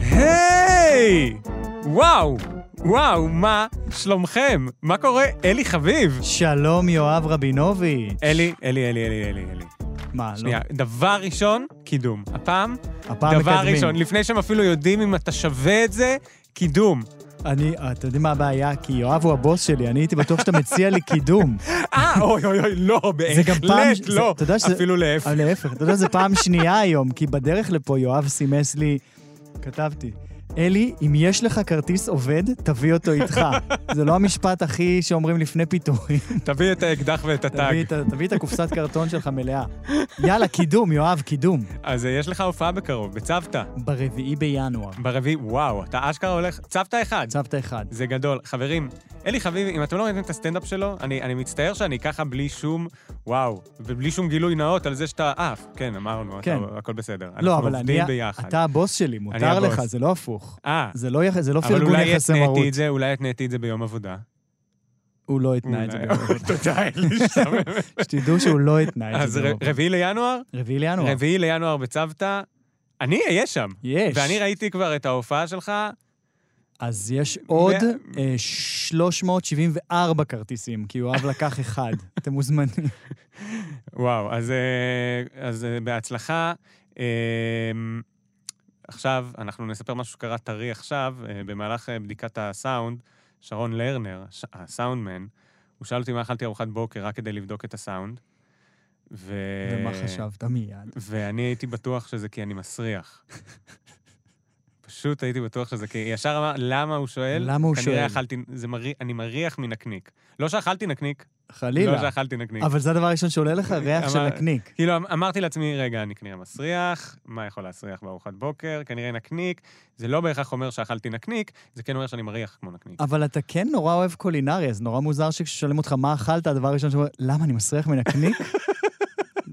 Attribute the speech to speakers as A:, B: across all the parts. A: היי! וואו! וואו, מה שלומכם? מה קורה? אלי חביב!
B: שלום, יואב רבינוביץ'.
A: אלי, אלי, אלי, אלי, אלי, אלי.
B: מה, לא?
A: אה, שנייה, דבר ראשון, קידום. הפעם,
B: הפעם
A: דבר
B: מקדמים.
A: ראשון, לפני שהם אפילו יודעים אם אתה שווה את זה, קידום.
B: אני, אתה יודעים מה הבעיה? כי יואב הוא הבוס שלי, אני הייתי בטוח שאתה מציע לי קידום.
A: אה, אוי אוי אוי, לא,
B: זה גם פעם...
A: בהחלט
B: זה-
A: לא,
B: אתה יודע שזה-
A: אפילו להפך.
B: אבל להפך, אתה יודע, זה פעם שנייה היום, כי בדרך לפה יואב סימס לי, כתבתי, אלי, אם יש לך כרטיס עובד, תביא אותו איתך. זה לא המשפט הכי שאומרים לפני פיטורים.
A: תביא את האקדח ואת
B: תביא
A: הטאג.
B: את ה- תביא את הקופסת קרטון שלך מלאה. יאללה, קידום, יואב, קידום.
A: אז אה, יש לך הופעה בקרוב, בצוותא.
B: ברביעי בינואר.
A: ברביעי, וואו, אתה אשכרה הולך, צוותא אחד.
B: צוותא אחד.
A: זה גדול. חברים, אלי חביב, אם אתם לא ראיתם את הסטנדאפ שלו, אני, אני מצטער שאני ככה בלי שום, וואו, ובלי שום גילוי נאות על זה שאתה, אה, כן, אמרנו,
B: כן.
A: אתה, הכל בסדר.
B: לא,
A: אנחנו
B: אבל
A: עובדים
B: אני...
A: ביחד.
B: אתה הבוס שלי, מותר
A: הבוס.
B: לך, זה לא הפוך.
A: אה,
B: זה לא יח- זה לא
A: אבל
B: פרגון
A: אולי
B: יחסי
A: התניתי
B: מרות.
A: את זה, אולי התניתי את זה ביום עבודה.
B: הוא לא התנה את זה.
A: אולי.
B: ביום.
A: תודה, אלי. שם.
B: שתדעו שהוא לא התנה את
A: אז
B: זה.
A: ר-
B: ביום.
A: רביעי לינואר?
B: רביעי לינואר.
A: רביעי לינואר בצוותא. אני אהיה שם.
B: יש.
A: ואני ראיתי כבר את ההופעה שלך,
B: אז יש עוד
A: מאה-
B: אה, 374 כרטיסים, כי יואב לקח אחד. אתם מוזמנים.
A: וואו, אז, אה, אז אה, בהצלחה. אה, עכשיו, אנחנו נספר משהו שקרה טרי עכשיו, אה, במהלך אה, בדיקת הסאונד, שרון לרנר, ש- הסאונדמן, הוא שאל אותי מה אכלתי ארוחת בוקר רק כדי לבדוק את הסאונד. ו...
B: ומה חשבת מיד?
A: ואני הייתי בטוח שזה כי אני מסריח. פשוט הייתי בטוח שזה כי... ישר אמר, למה הוא שואל?
B: למה הוא
A: כנראה
B: שואל?
A: אכלתי... זה מרי... אני מריח מנקניק. לא שאכלתי נקניק, לא
B: חלילה.
A: שאכלתי נקניק.
B: אבל זה הדבר הראשון שעולה לך, ריח של
A: אמר-
B: נקניק.
A: כאילו, אמ- אמרתי לעצמי, רגע, אני כנראה מסריח, מה יכול להסריח בארוחת בוקר? כנראה נקניק. זה לא בהכרח אומר שאכלתי נקניק, זה כן אומר שאני מריח כמו נקניק.
B: אבל אתה כן נורא אוהב קולינריה, זה נורא מוזר שכששואלים אותך מה אכלת, הדבר הראשון שאומר, למה אני מסריח מנקניק?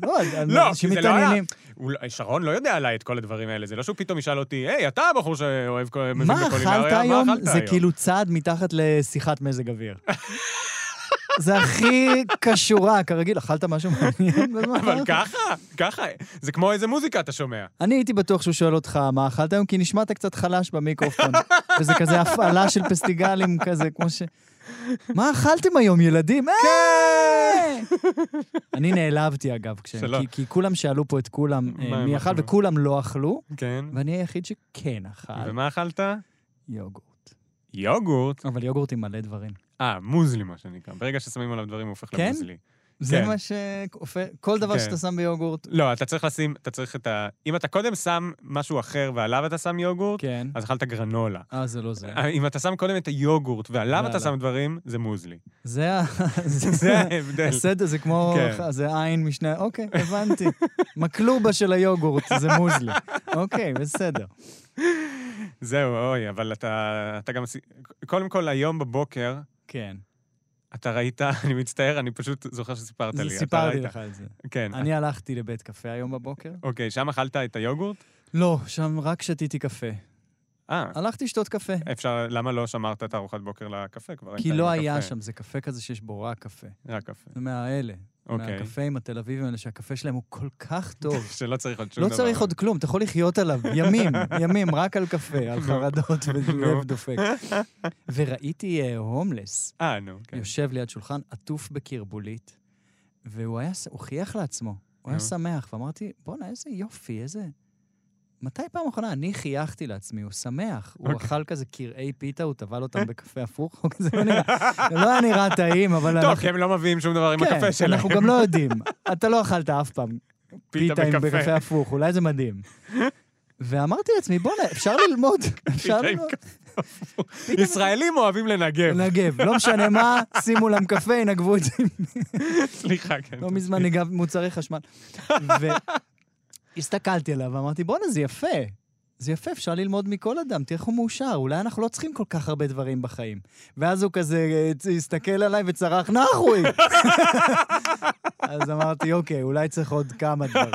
B: לא,
A: לא,
B: אנשים
A: כי זה לא היה-
B: מתעניינים.
A: הוא לא- שרון לא יודע עליי את כל הדברים האלה, זה לא שהוא פתאום ישאל אותי, היי, אתה הבחור שאוהב, כל- מבין
B: מה
A: בקולינריה,
B: אכלת היום? זה כאילו צעד מתחת לשיחת מזג אוויר. זה הכי קשורה, כרגיל, אכלת משהו מעניין? ומה
A: אבל
B: אכלת?
A: ככה, ככה, זה כמו איזה מוזיקה אתה שומע.
B: אני הייתי בטוח שהוא שואל אותך מה אכלת היום, כי נשמעת קצת חלש במיקרופון. וזה כזה הפעלה של פסטיגלים כזה, כמו ש... מה אכלתם היום, ילדים? אה! אני נעלבתי, אגב, כש...
A: כן! שלא.
B: כי, כי כולם שאלו פה את כולם אה,
A: מה הם
B: מי אכל,
A: אכלו?
B: וכולם לא אכלו,
A: כן.
B: ואני היחיד שכן אכל
A: ומה אכלת?
B: יוגורט.
A: יוגורט.
B: אבל יוגורט עם מלא דברים.
A: אה, מוזלי, מה שנקרא. ברגע ששמים עליו דברים, הוא הופך
B: כן?
A: למוזלי.
B: זה
A: כן.
B: מה שהופך, כל דבר
A: כן.
B: שאתה שם ביוגורט.
A: לא, אתה צריך לשים, אתה צריך את ה... אם אתה קודם שם משהו אחר ועליו אתה שם יוגורט,
B: כן.
A: אז אכלת גרנולה.
B: אה, זה לא זה.
A: אם אתה שם קודם את היוגורט ועליו אתה
B: ועליו.
A: שם דברים, זה מוזלי.
B: לא, זה ה...
A: זה ההבדל.
B: הסדר, זה כמו...
A: כן.
B: זה עין משני... אוקיי, הבנתי. מקלובה של היוגורט, זה מוזלי. אוקיי, בסדר.
A: זהו, אוי, אבל אתה אתה גם... עשי- קודם כל, היום בבוקר,
B: כן.
A: אתה ראית, אני מצטער, אני פשוט זוכר שסיפרת לי.
B: זה-
A: אתה
B: סיפרתי
A: ראית.
B: לך על זה.
A: כן.
B: אני הלכתי לבית קפה היום בבוקר.
A: אוקיי, שם אכלת את היוגורט?
B: לא, שם רק שתיתי קפה.
A: אה,
B: הלכתי לשתות קפה.
A: אפשר, למה לא שמרת את הארוחת בוקר לקפה כבר?
B: כי
A: היית
B: לא
A: עם
B: היה
A: הקפה.
B: שם, זה קפה כזה שיש בו רק קפה.
A: רק קפה.
B: זה מהאלה.
A: אוקיי.
B: מהקפאים התל אביבים האלה, שהקפה שלהם הוא כל כך טוב.
A: שלא צריך עוד שום
B: לא
A: דבר.
B: צריך עוד כלום, אתה יכול לחיות עליו ימים, ימים, רק על קפה, על חרדות ולב דופק. וראיתי אה, הומלס
A: אה, נו, כן.
B: יושב ליד שולחן, עטוף בקרבולית, והוא היה, ס- הוא חייך לעצמו, הוא היה
A: נו.
B: שמח, ואמרתי, בואנה, איזה יופי, איזה... מתי פעם אחרונה אני חייכתי לעצמי, הוא שמח. הוא
A: אוקיי. אה?
B: אכל כזה קרעי פיתה, הוא טבל אותם בקפה הפוך, או כזה לא נראה, לא היה נראה טעים, אבל...
A: טוב,
B: אנחנו-
A: כי הם לא מביאים שום דבר עם
B: כן,
A: הקפה שלהם.
B: אנחנו גם לא יודעים. אתה לא אכלת אף פעם פיתה עם בקפה הפוך, אולי זה מדהים. ואמרתי לעצמי, בוא'נה, אפשר ללמוד, אפשר
A: פיתה עם
B: ללמוד.
A: ישראלים אוהבים לנגב.
B: נגב, לא משנה מה, שימו להם קפה, ינגבו את זה.
A: סליחה, כן.
B: לא מזמן ניגב מוצרי חשמל. והסתכלתי עליו ואמרתי, בוא'נה, זה יפה. זה יפה, אפשר ללמוד מכל אדם, תראה איך הוא מאושר, אולי אנחנו לא צריכים כל כך הרבה דברים בחיים. ואז הוא כזה אה, צ- הסתכל עליי וצרח, נחוי! אז אמרתי, אוקיי, אולי צריך עוד כמה דברים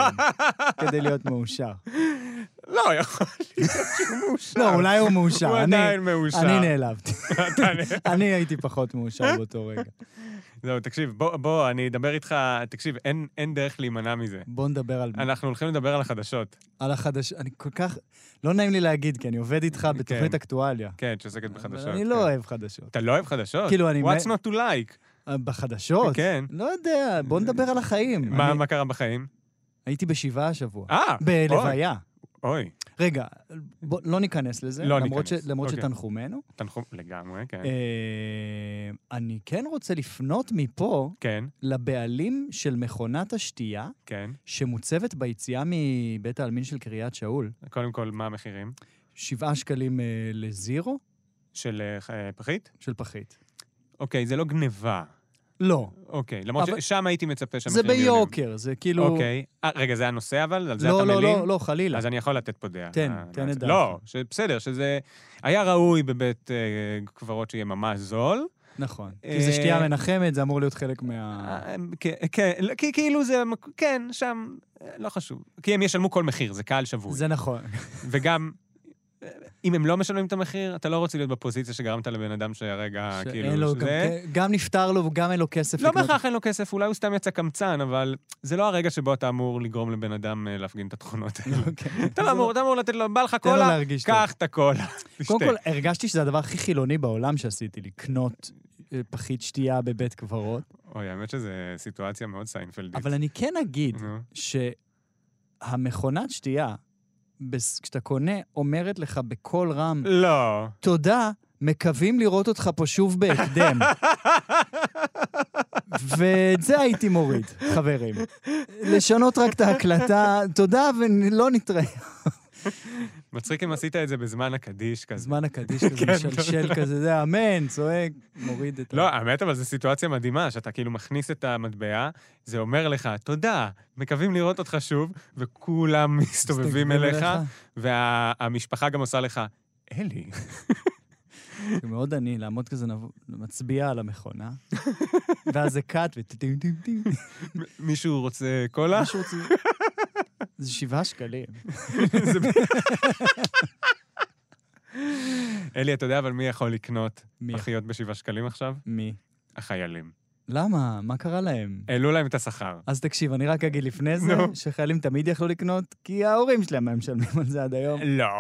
B: כדי להיות מאושר.
A: לא, יכול להיות שהוא מאושר.
B: לא, אולי הוא מאושר.
A: הוא
B: אני-
A: עדיין מאושר.
B: אני נעלבתי.
A: אתה נ-
B: אני הייתי פחות מאושר באותו רגע.
A: זהו, תקשיב, בוא- בוא, אני אדבר איתך, תקשיב, אין- אין דרך להימנע מזה.
B: בואו נדבר על,
A: אנחנו הולכים לדבר על החדשות,
B: על החדש... אני כל כך... לא נעים לי להגיד, כי אני עובד איתך בתוכנית
A: כן.
B: אקטואליה.
A: כן, שעוסקת בחדשות.
B: אבל אני
A: כן.
B: לא אוהב חדשות.
A: אתה לא אוהב חדשות?
B: כאילו, אני-
A: What's not to like?
B: אה, בחדשות?
A: כן.
B: לא יודע, בואו נדבר על החיים.
A: מה
B: אני-
A: מה קרה בחיים?
B: הייתי בשבעה השבוע.
A: אה, אוי,
B: בלוויה.
A: אוי,
B: רגע, בוא, לא ניכנס לזה,
A: לא
B: למרות,
A: ניכנס,
B: ש, למרות
A: אוקיי.
B: שתנחומינו.
A: תנחום, לגמרי, כן.
B: אה, אני כן רוצה לפנות מפה
A: כן,
B: לבעלים של מכונת השתייה
A: כן.
B: שמוצבת ביציאה מבית העלמין של קריית שאול.
A: קודם כל, מה המחירים?
B: שבעה שקלים אה, לזירו
A: של אה, ח- אה, פחית?
B: של פחית.
A: אוקיי, זה לא גניבה.
B: לא,
A: אוקיי, למרות
B: אבל-
A: ששם הייתי מצפה
B: זה
A: שהמחירים יהיו גניבה.
B: ביוקר, זה כאילו...
A: אוקיי. אה, רגע, זה הנושא אבל? על זה
B: לא,
A: אתה
B: לא,
A: מלין?
B: לא, לא, חלילה.
A: אז אני יכול לתת פה דעה.
B: תן,
A: אה,
B: תן את
A: זה-
B: דעתך.
A: לא, ש- בסדר, שזה... היה ראוי בבית אה, קברות שיהיה ממש זול.
B: נכון. כי
A: אה,
B: זה שתייה מנחמת, זה אמור להיות חלק מה...
A: אה, כן, כן, לא, כי- כאילו זה... המק- כן, שם... אה, לא חשוב. כי הם ישלמו כל מחיר, זה קהל שבוי.
B: זה נכון.
A: וגם, אה, אם הם לא משלמים את המחיר, אתה לא רוצה להיות בפוזיציה שגרמת לבן אדם שהרגע,
B: שאין
A: כאילו,
B: לו
A: זה...
B: גם- גם נפטר לו וגם אין לו כסף
A: לא
B: לקנות
A: בהכרח אין לו כסף, אולי הוא סתם יצא קמצן, אבל זה לא הרגע שבו אתה אמור לגרום לבן אדם אה, להפגין את התכונות האלה.
B: אוקיי.
A: אתה לא אמור, אתה אמור לתת לו, בא לך
B: תן לו
A: קולה,
B: להרגיש טוב.
A: קח את הקולה.
B: קודם
A: תשתה.
B: כל, הרגשתי שזה הדבר הכי חילוני בעולם שעשיתי, לקנות אה, פחית שתייה בבית קברות.
A: אוי, האמת שזו סיטואציה מאוד סיינפלדית.
B: אבל אני כן אגיד
A: נו,
B: שהמכונת שתייה, בס- כשאתה קונה, אומרת לך בקול רם,
A: לא.
B: תודה, מקווים לראות אותך פה שוב בהקדם. ואת זה הייתי מוריד, חברים. לשנות רק את ההקלטה, תודה ולא נתראה.
A: מצחיק אם עשית את זה בזמן הקדיש כזה.
B: זמן הקדיש כזה,
A: כן,
B: משלשל כזה, זה אמן, צועק, מוריד את ה...
A: לא, האמת, אבל זו סיטואציה מדהימה, שאתה כאילו מכניס את המטבע, זה אומר לך, תודה, מקווים לראות אותך שוב, וכולם מסתובבים אליך, והמשפחה גם עושה לך, אלי.
B: זה מאוד עני, לעמוד כזה נבוא, מצביע על המכונה, ואז זה קאט וטים טים טים.
A: מישהו רוצה קולה?
B: משהו רוצים. זה שבעה שקלים.
A: זה ב- אלי, אתה יודע אבל מי יכול לקנות
B: מי?
A: פחיות בשבעה שקלים עכשיו?
B: מי?
A: החיילים.
B: למה? מה קרה להם?
A: העלו להם את השכר.
B: אז תקשיב, אני רק אגיד לפני זה,
A: נו.
B: שחיילים תמיד יכלו לקנות, כי ההורים שלהם הם משלמים על זה עד היום.
A: לא,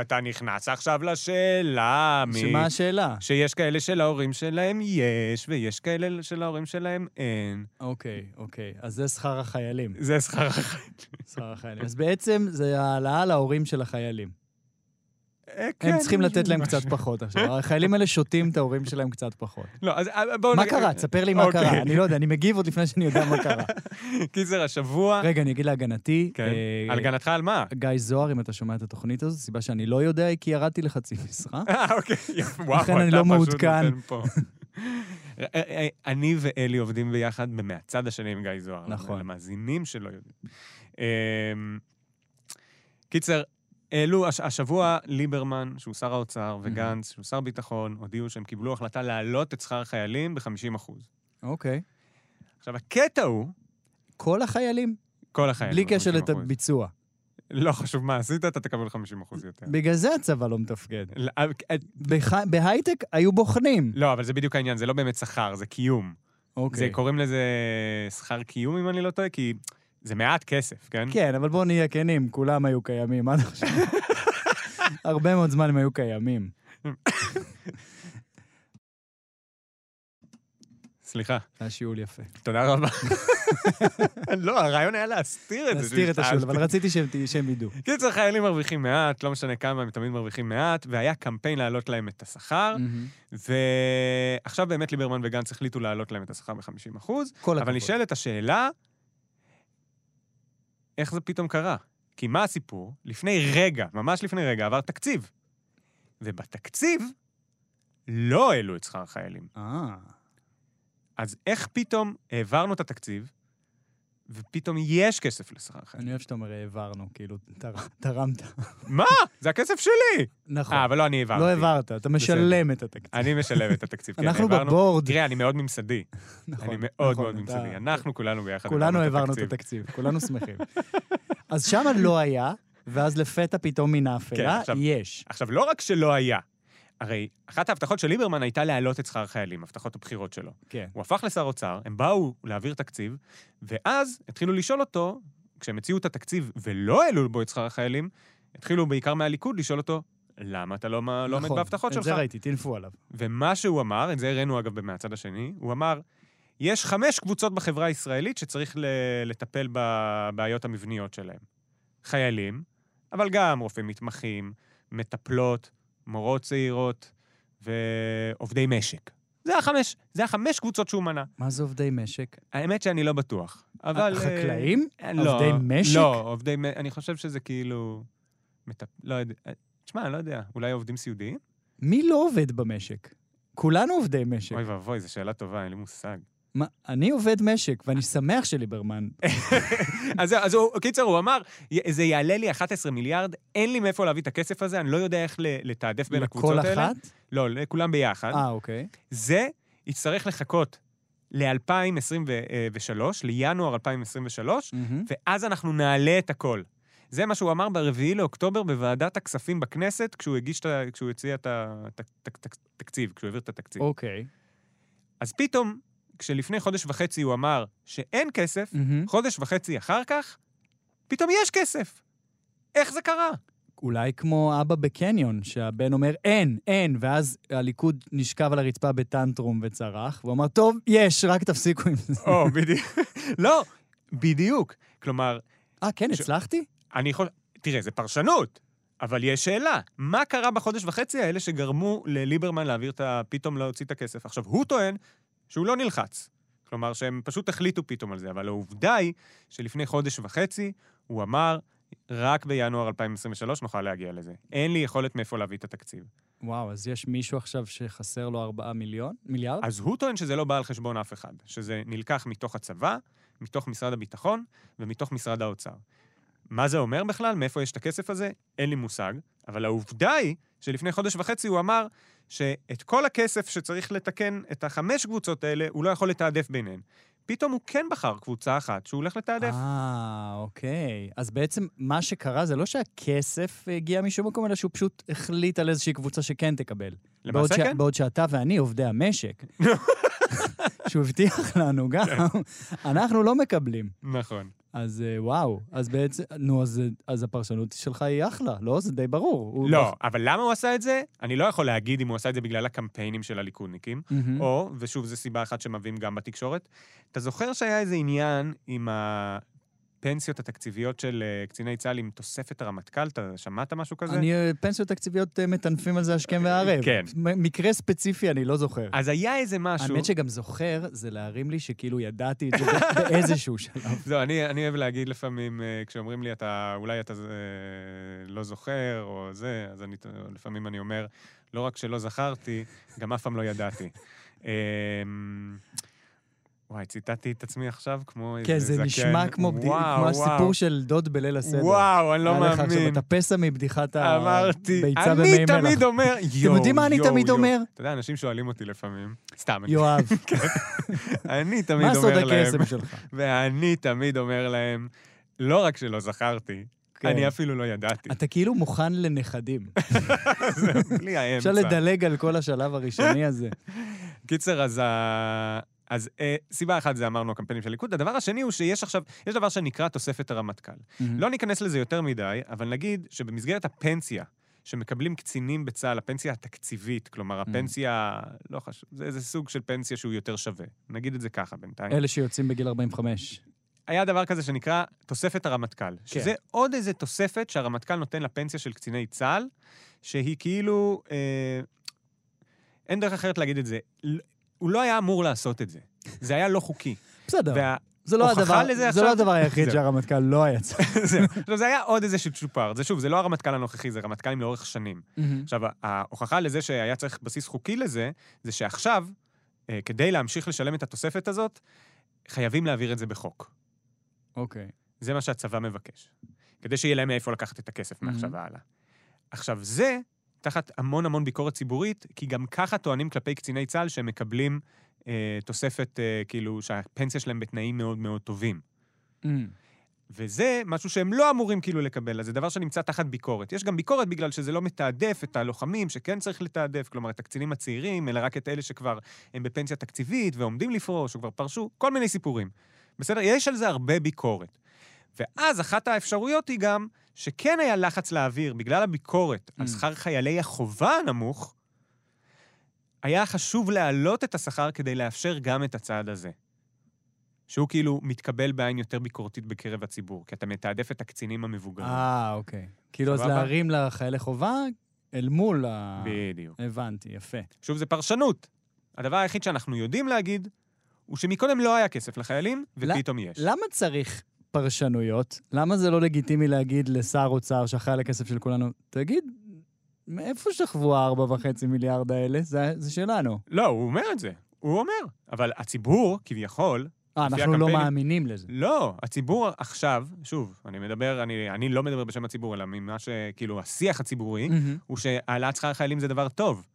A: אתה נכנס עכשיו לשאלה, מי...
B: שמה השאלה?
A: שיש כאלה שלהורים שלהם יש, ויש כאלה שלהורים שלהם אין.
B: אוקיי, אוקיי. אז זה שכר החיילים.
A: זה שכר החיים.
B: שכר החיילים. אז בעצם זה העלאה להורים של החיילים.
A: כן,
B: הם צריכים לתת להם קצת פחות עכשיו. החיילים האלה שותים את ההורים שלהם קצת פחות.
A: לא, אז אה, בואו...
B: מה
A: נגיד-
B: קרה? תספר לי מה
A: אוקיי.
B: קרה. אני לא יודע, אני מגיב עוד לפני שאני יודע מה קרה.
A: קיצר, השבוע...
B: רגע, אני אגיד להגנתי.
A: כן.
B: אה,
A: על גנתך על מה?
B: גיא זוהר, אם אתה שומע את התוכנית הזאת, הסיבה שאני לא יודע היא כי ירדתי לחצי משרה.
A: אה, אוקיי. יפה, וואו,
B: לכן אני
A: אתה
B: לא
A: פשוט
B: מעודכן.
A: נותן פה. אה, אה, אני ואלי עובדים ביחד מהצד השני עם גיא זוהר.
B: נכון.
A: למאזינים שלא יודעים. אמ, קיצר, העלו הש- השבוע ליברמן, שהוא שר האוצר, וגנץ, שהוא שר ביטחון, הודיעו שהם קיבלו החלטה להעלות את שכר החיילים ב-50%.
B: אוקיי.
A: עכשיו, הקטע הוא,
B: כל החיילים,
A: כל החיילים.
B: בלי קשר
A: ב- 50%.
B: לביצוע.
A: לא חשוב מה עשית, אתה תקבל 50% יותר.
B: בגלל זה הצבא לא מתפקד.
A: לא, אה,
B: בח- בהייטק היו בוחנים.
A: לא, אבל זה בדיוק העניין, זה לא באמת שכר, זה קיום. זה,
B: אוקיי.
A: קוראים לזה שכר קיום, אם אני לא טועה, כי זה מעט כסף, כן?
B: כן, אבל בואו נהיה כנים, כולם היו קיימים עד עכשיו. הרבה מאוד זמן הם היו קיימים.
A: סליחה.
B: היה שיעול יפה.
A: תודה רבה. לא, הרעיון היה להסתיר את זה.
B: להסתיר את השול, אבל רציתי שהם ת- שהם ידעו.
A: קיצר, חיילים מרוויחים מעט, לא משנה כמה, הם תמיד מרוויחים מעט, והיה קמפיין להעלות להם את השכר,
B: Mm.
A: ועכשיו באמת ליברמן וגנץ החליטו להעלות להם את השכר ב-50%,
B: כל הכבוד.
A: אבל נשאלת השאלה, איך זה פתאום קרה? כי מה הסיפור? לפני רגע, ממש לפני רגע, עבר תקציב. ובתקציב לא העלו את שכר החיילים.
B: אה,
A: אז איך פתאום העברנו את התקציב, ופתאום יש כסף לשכר החיילים?
B: אני אוהב שאתה אומר העברנו, כאילו, תר- תרמת.
A: מה? זה הכסף שלי!
B: נכון.
A: אה, אבל לא אני העברתי.
B: לא העברת, אתה משלם את התקציב.
A: אני משלם את התקציב, כן,
B: אנחנו
A: העברנו.
B: בבורד.
A: תראה, אני מאוד ממסדי.
B: נכון,
A: אני מאוד
B: נכון,
A: מאוד
B: אתה-
A: ממסדי. אנחנו כולנו ביחד
B: כולנו העברנו את התקציב, כולנו שמחים. אז שמה לא היה, ואז לפתע פתאום מן
A: כן,
B: האפלה,
A: עכשיו-
B: יש.
A: עכשיו, לא רק שלא היה, הרי אחת ההבטחות של ליברמן הייתה להעלות את שכר החיילים, הבטחות הבחירות שלו.
B: כן.
A: הוא הפך לשר אוצר, הם באו להעביר תקציב, ואז התחילו לשאול אותו, כשהם הציעו את התקציב ולא העלו בו את שכר החיילים, התחילו בעיקר מהליכוד לשאול אותו, למה אתה לא, מה- לא עומד
B: נכון,
A: בהבטחות
B: את
A: שלך?
B: זה ראיתי, טינפו עליו.
A: ומה שהוא אמר, את זה הראינו אגב מהצד השני, הוא אמר, יש חמש קבוצות בחברה הישראלית שצריך ל- לטפל בבעיות המבניות שלהן. חיילים, אבל גם רופאים מתמחים, מטפלות, מורות צעירות ועובדי משק. זה החמש, זה החמש קבוצות שהוא מנה.
B: מה זה עובדי משק?
A: האמת שאני לא בטוח, אבל... אה,
B: חקלאים?
A: אה, לא,
B: עובדי משק?
A: לא, עובדי... מ- אני חושב שזה כאילו... מטפ... לא יודע. אה, תשמע, אני לא יודע. אולי עובדים סיעודיים?
B: מי לא עובד במשק? כולנו עובדי משק.
A: אוי ואבוי, זו שאלה טובה, אין לי מושג.
B: מה, אני עובד משק, ואני שמח שליברמן.
A: אז זהו, אז הוא, קיצר, הוא אמר, "י- זה יעלה לי 11 מיליארד, אין לי מאיפה להביא את הכסף הזה, אני לא יודע איך ל- לתעדף בין
B: לכל
A: הקבוצות האלה.
B: אחת?
A: לא, לכולם ביחד.
B: אה, אוקיי.
A: זה יצטרך לחכות ל-2023, אה, לינואר 2023,
B: מהמם.
A: ואז אנחנו נעלה את הכל. זה מה שהוא אמר ב-4 לאוקטובר בוועדת הכספים בכנסת, כשהוא הגיש את ה... כשהוא הציע את התקציב, כשהוא העביר את התקציב.
B: אוקיי.
A: אז פתאום, כשלפני חודש וחצי הוא אמר שאין כסף,
B: מהמם.
A: חודש וחצי אחר כך, פתאום יש כסף. איך זה קרה?
B: אולי כמו אבא בקניון, שהבן אומר, אין, אין, ואז הליכוד נשכב על הרצפה בטנטרום וצרח, והוא אמר, טוב, יש, רק תפסיקו עם זה.
A: או, בדיוק. לא, בדיוק. כלומר,
B: אה, כן,
A: ש-
B: הצלחתי?
A: אני חושב... תראה, זה פרשנות, אבל יש שאלה. מה קרה בחודש וחצי האלה שגרמו לליברמן להעביר את ה... פתאום להוציא את הכסף? עכשיו, הוא טוען שהוא לא נלחץ. כלומר, שהם פשוט החליטו פתאום על זה, אבל העובדה היא שלפני חודש וחצי הוא אמר, רק בינואר 2023 נוכל להגיע לזה. אין לי יכולת מאיפה להביא את התקציב.
B: וואו, אז יש מישהו עכשיו שחסר לו 4 מיליון? מיליארד?
A: אז הוא טוען שזה לא בא על חשבון אף אחד, שזה נלקח מתוך הצבא, מתוך משרד הביטחון ומתוך משרד האוצר. מה זה אומר בכלל? מאיפה יש את הכסף הזה? אין לי מושג. אבל העובדה היא שלפני חודש וחצי הוא אמר שאת כל הכסף שצריך לתקן את החמש קבוצות האלה, הוא לא יכול לתעדף ביניהן. פתאום הוא כן בחר קבוצה אחת שהוא הולך לתעדף.
B: אה, אוקיי. אז בעצם מה שקרה זה לא שהכסף אה, הגיע משום מקום, אלא שהוא פשוט החליט על איזושהי קבוצה שכן תקבל. בעוד
A: למעשה
B: שה-
A: כן.
B: בעוד שאתה ואני עובדי המשק. שהוא הבטיח לנו גם, אנחנו לא מקבלים.
A: נכון.
B: אז אה, וואו, אז בעצם, נו, אז, אז הפרשנות שלך היא אחלה, לא? זה די ברור. הוא
A: לא, אבל למה הוא עשה את זה? אני לא יכול להגיד אם הוא עשה את זה בגלל הקמפיינים של הליכודניקים.
B: מהמם.
A: או, ושוב, זו סיבה אחת שמביאים גם בתקשורת, אתה זוכר שהיה איזה עניין עם הפנסיות התקציביות של אה, קציני צה"ל עם תוספת הרמטכ"ל? אתה שמעת משהו כזה?
B: אני, אה, פנסיות תקציביות אה, מטנפים על זה השכם והערב.
A: כן.
B: מ- מקרה ספציפי אני לא זוכר.
A: אז היה איזה משהו...
B: האמת שגם זוכר, זה להרים לי שכאילו ידעתי את זה בא- באיזשהו שלב.
A: לא, אני, אני אוהב להגיד לפעמים, אה, כשאומרים לי, אתה, אולי אתה אה, לא זוכר, או זה, אז אני, לפעמים אני אומר, לא רק שלא זכרתי, גם אף פעם לא ידעתי. אה, וואי, ציטטתי את עצמי עכשיו כמו איזה
B: כן, זה נשמע כמו בדי-
A: וואו,
B: כמו
A: וואו.
B: הסיפור של דוד בליל הסדר.
A: וואו, אני לא
B: היה לך עכשיו
A: מאמין.
B: את הפסע מבדיחת
A: אמרתי,
B: הביצה במי
A: אני
B: מלח.
A: תמיד אומר, יואו, יואו,
B: יודעים מה אני תמיד
A: יואו."
B: אומר?
A: אתה יודע, אנשים שואלים אותי לפעמים, סתם, אני-
B: יואב,
A: אני תמיד
B: מה סוד
A: אומר להם,
B: הקסם שלך?
A: ואני תמיד אומר להם, לא רק שלא זכרתי,
B: כן.
A: אני אפילו לא ידעתי.
B: אתה כאילו מוכן לנכדים.
A: זה בלי
B: אפשר
A: האמצע.
B: לדלג על כל השלב הראשוני הזה.
A: קיצר, אז ה- אז אה, סיבה אחת זה אמרנו הקמפיינים של הליכוד, הדבר השני הוא שיש עכשיו, יש דבר שנקרא תוספת הרמטכ"ל. לא ניכנס לזה יותר מדי, אבל נגיד שבמסגרת הפנסיה שמקבלים קצינים בצה"ל, הפנסיה התקציבית, כלומר, הפנסיה, לא חשוב, זה איזה סוג של פנסיה שהוא יותר שווה. נגיד את זה ככה בינתיים.
B: אלה שיוצאים בגיל 45.
A: היה דבר כזה שנקרא תוספת הרמטכ"ל, שזה עוד איזה תוספת שהרמטכ"ל נותן לפנסיה של קציני צה"ל, שהיא כאילו... אה, אין דרך אחרת להגיד את זה. ל- הוא לא היה אמור לעשות את זה. זה היה לא חוקי.
B: בסדר,
A: וה...
B: זה לא
A: הוכחה
B: הדבר-
A: לזה
B: זה
A: עכשיו?
B: לא הדבר היחיד לא
A: זהו. לא אה, אוקיי. אה, כאילו, Mm. וזה משהו שהם לא אמורים כאילו לקבל, אז זה דבר שנמצא תחת ביקורת. יש גם ביקורת בגלל שזה לא מתעדף את הלוחמים שכן צריך לתעדף, כלומר, את הקצינים הצעירים, אלא רק את אלה שכבר הם בפנסיה תקציבית ועומדים לפרוש או כבר פרשו, כל מיני סיפורים. בסדר? יש על זה הרבה ביקורת. ואז אחת האפשרויות היא גם שכן היה לחץ לאוויר בגלל הביקורת על
B: Mm.
A: שכר חיילי החובה הנמוך, היה חשוב להעלות את השכר כדי לאפשר גם את הצעד הזה. שהוא כאילו מתקבל בעין יותר ביקורתית בקרב הציבור, כי אתה מתעדף את הקצינים המבוגרים.
B: אה, אוקיי. כאילו, אז
A: סבבה?
B: להרים לחיילי חובה אל מול ה...
A: בדיוק.
B: הבנתי, יפה.
A: שוב, זה פרשנות. הדבר היחיד שאנחנו יודעים להגיד, הוא שמקודם לא היה כסף לחיילים, ופתאום יש.
B: למה צריך פרשנויות? למה זה לא לגיטימי להגיד לשר אוצר שאחראי על הכסף של כולנו, תגיד, מאיפה שכבו הארבע וחצי מיליארד האלה? זה, זה שלנו.
A: לא, הוא אומר את זה. הוא אומר. אבל הציבור, כביכול,
B: אה,
A: לפי
B: אנחנו לא
A: הקמפיינים-
B: מאמינים לזה.
A: לא, הציבור עכשיו, שוב, אני מדבר, אני, אני לא מדבר בשם הציבור, אלא ממה שכאילו השיח הציבורי,
B: מהמם.
A: הוא שהעלאת שכר החיילים זה דבר טוב.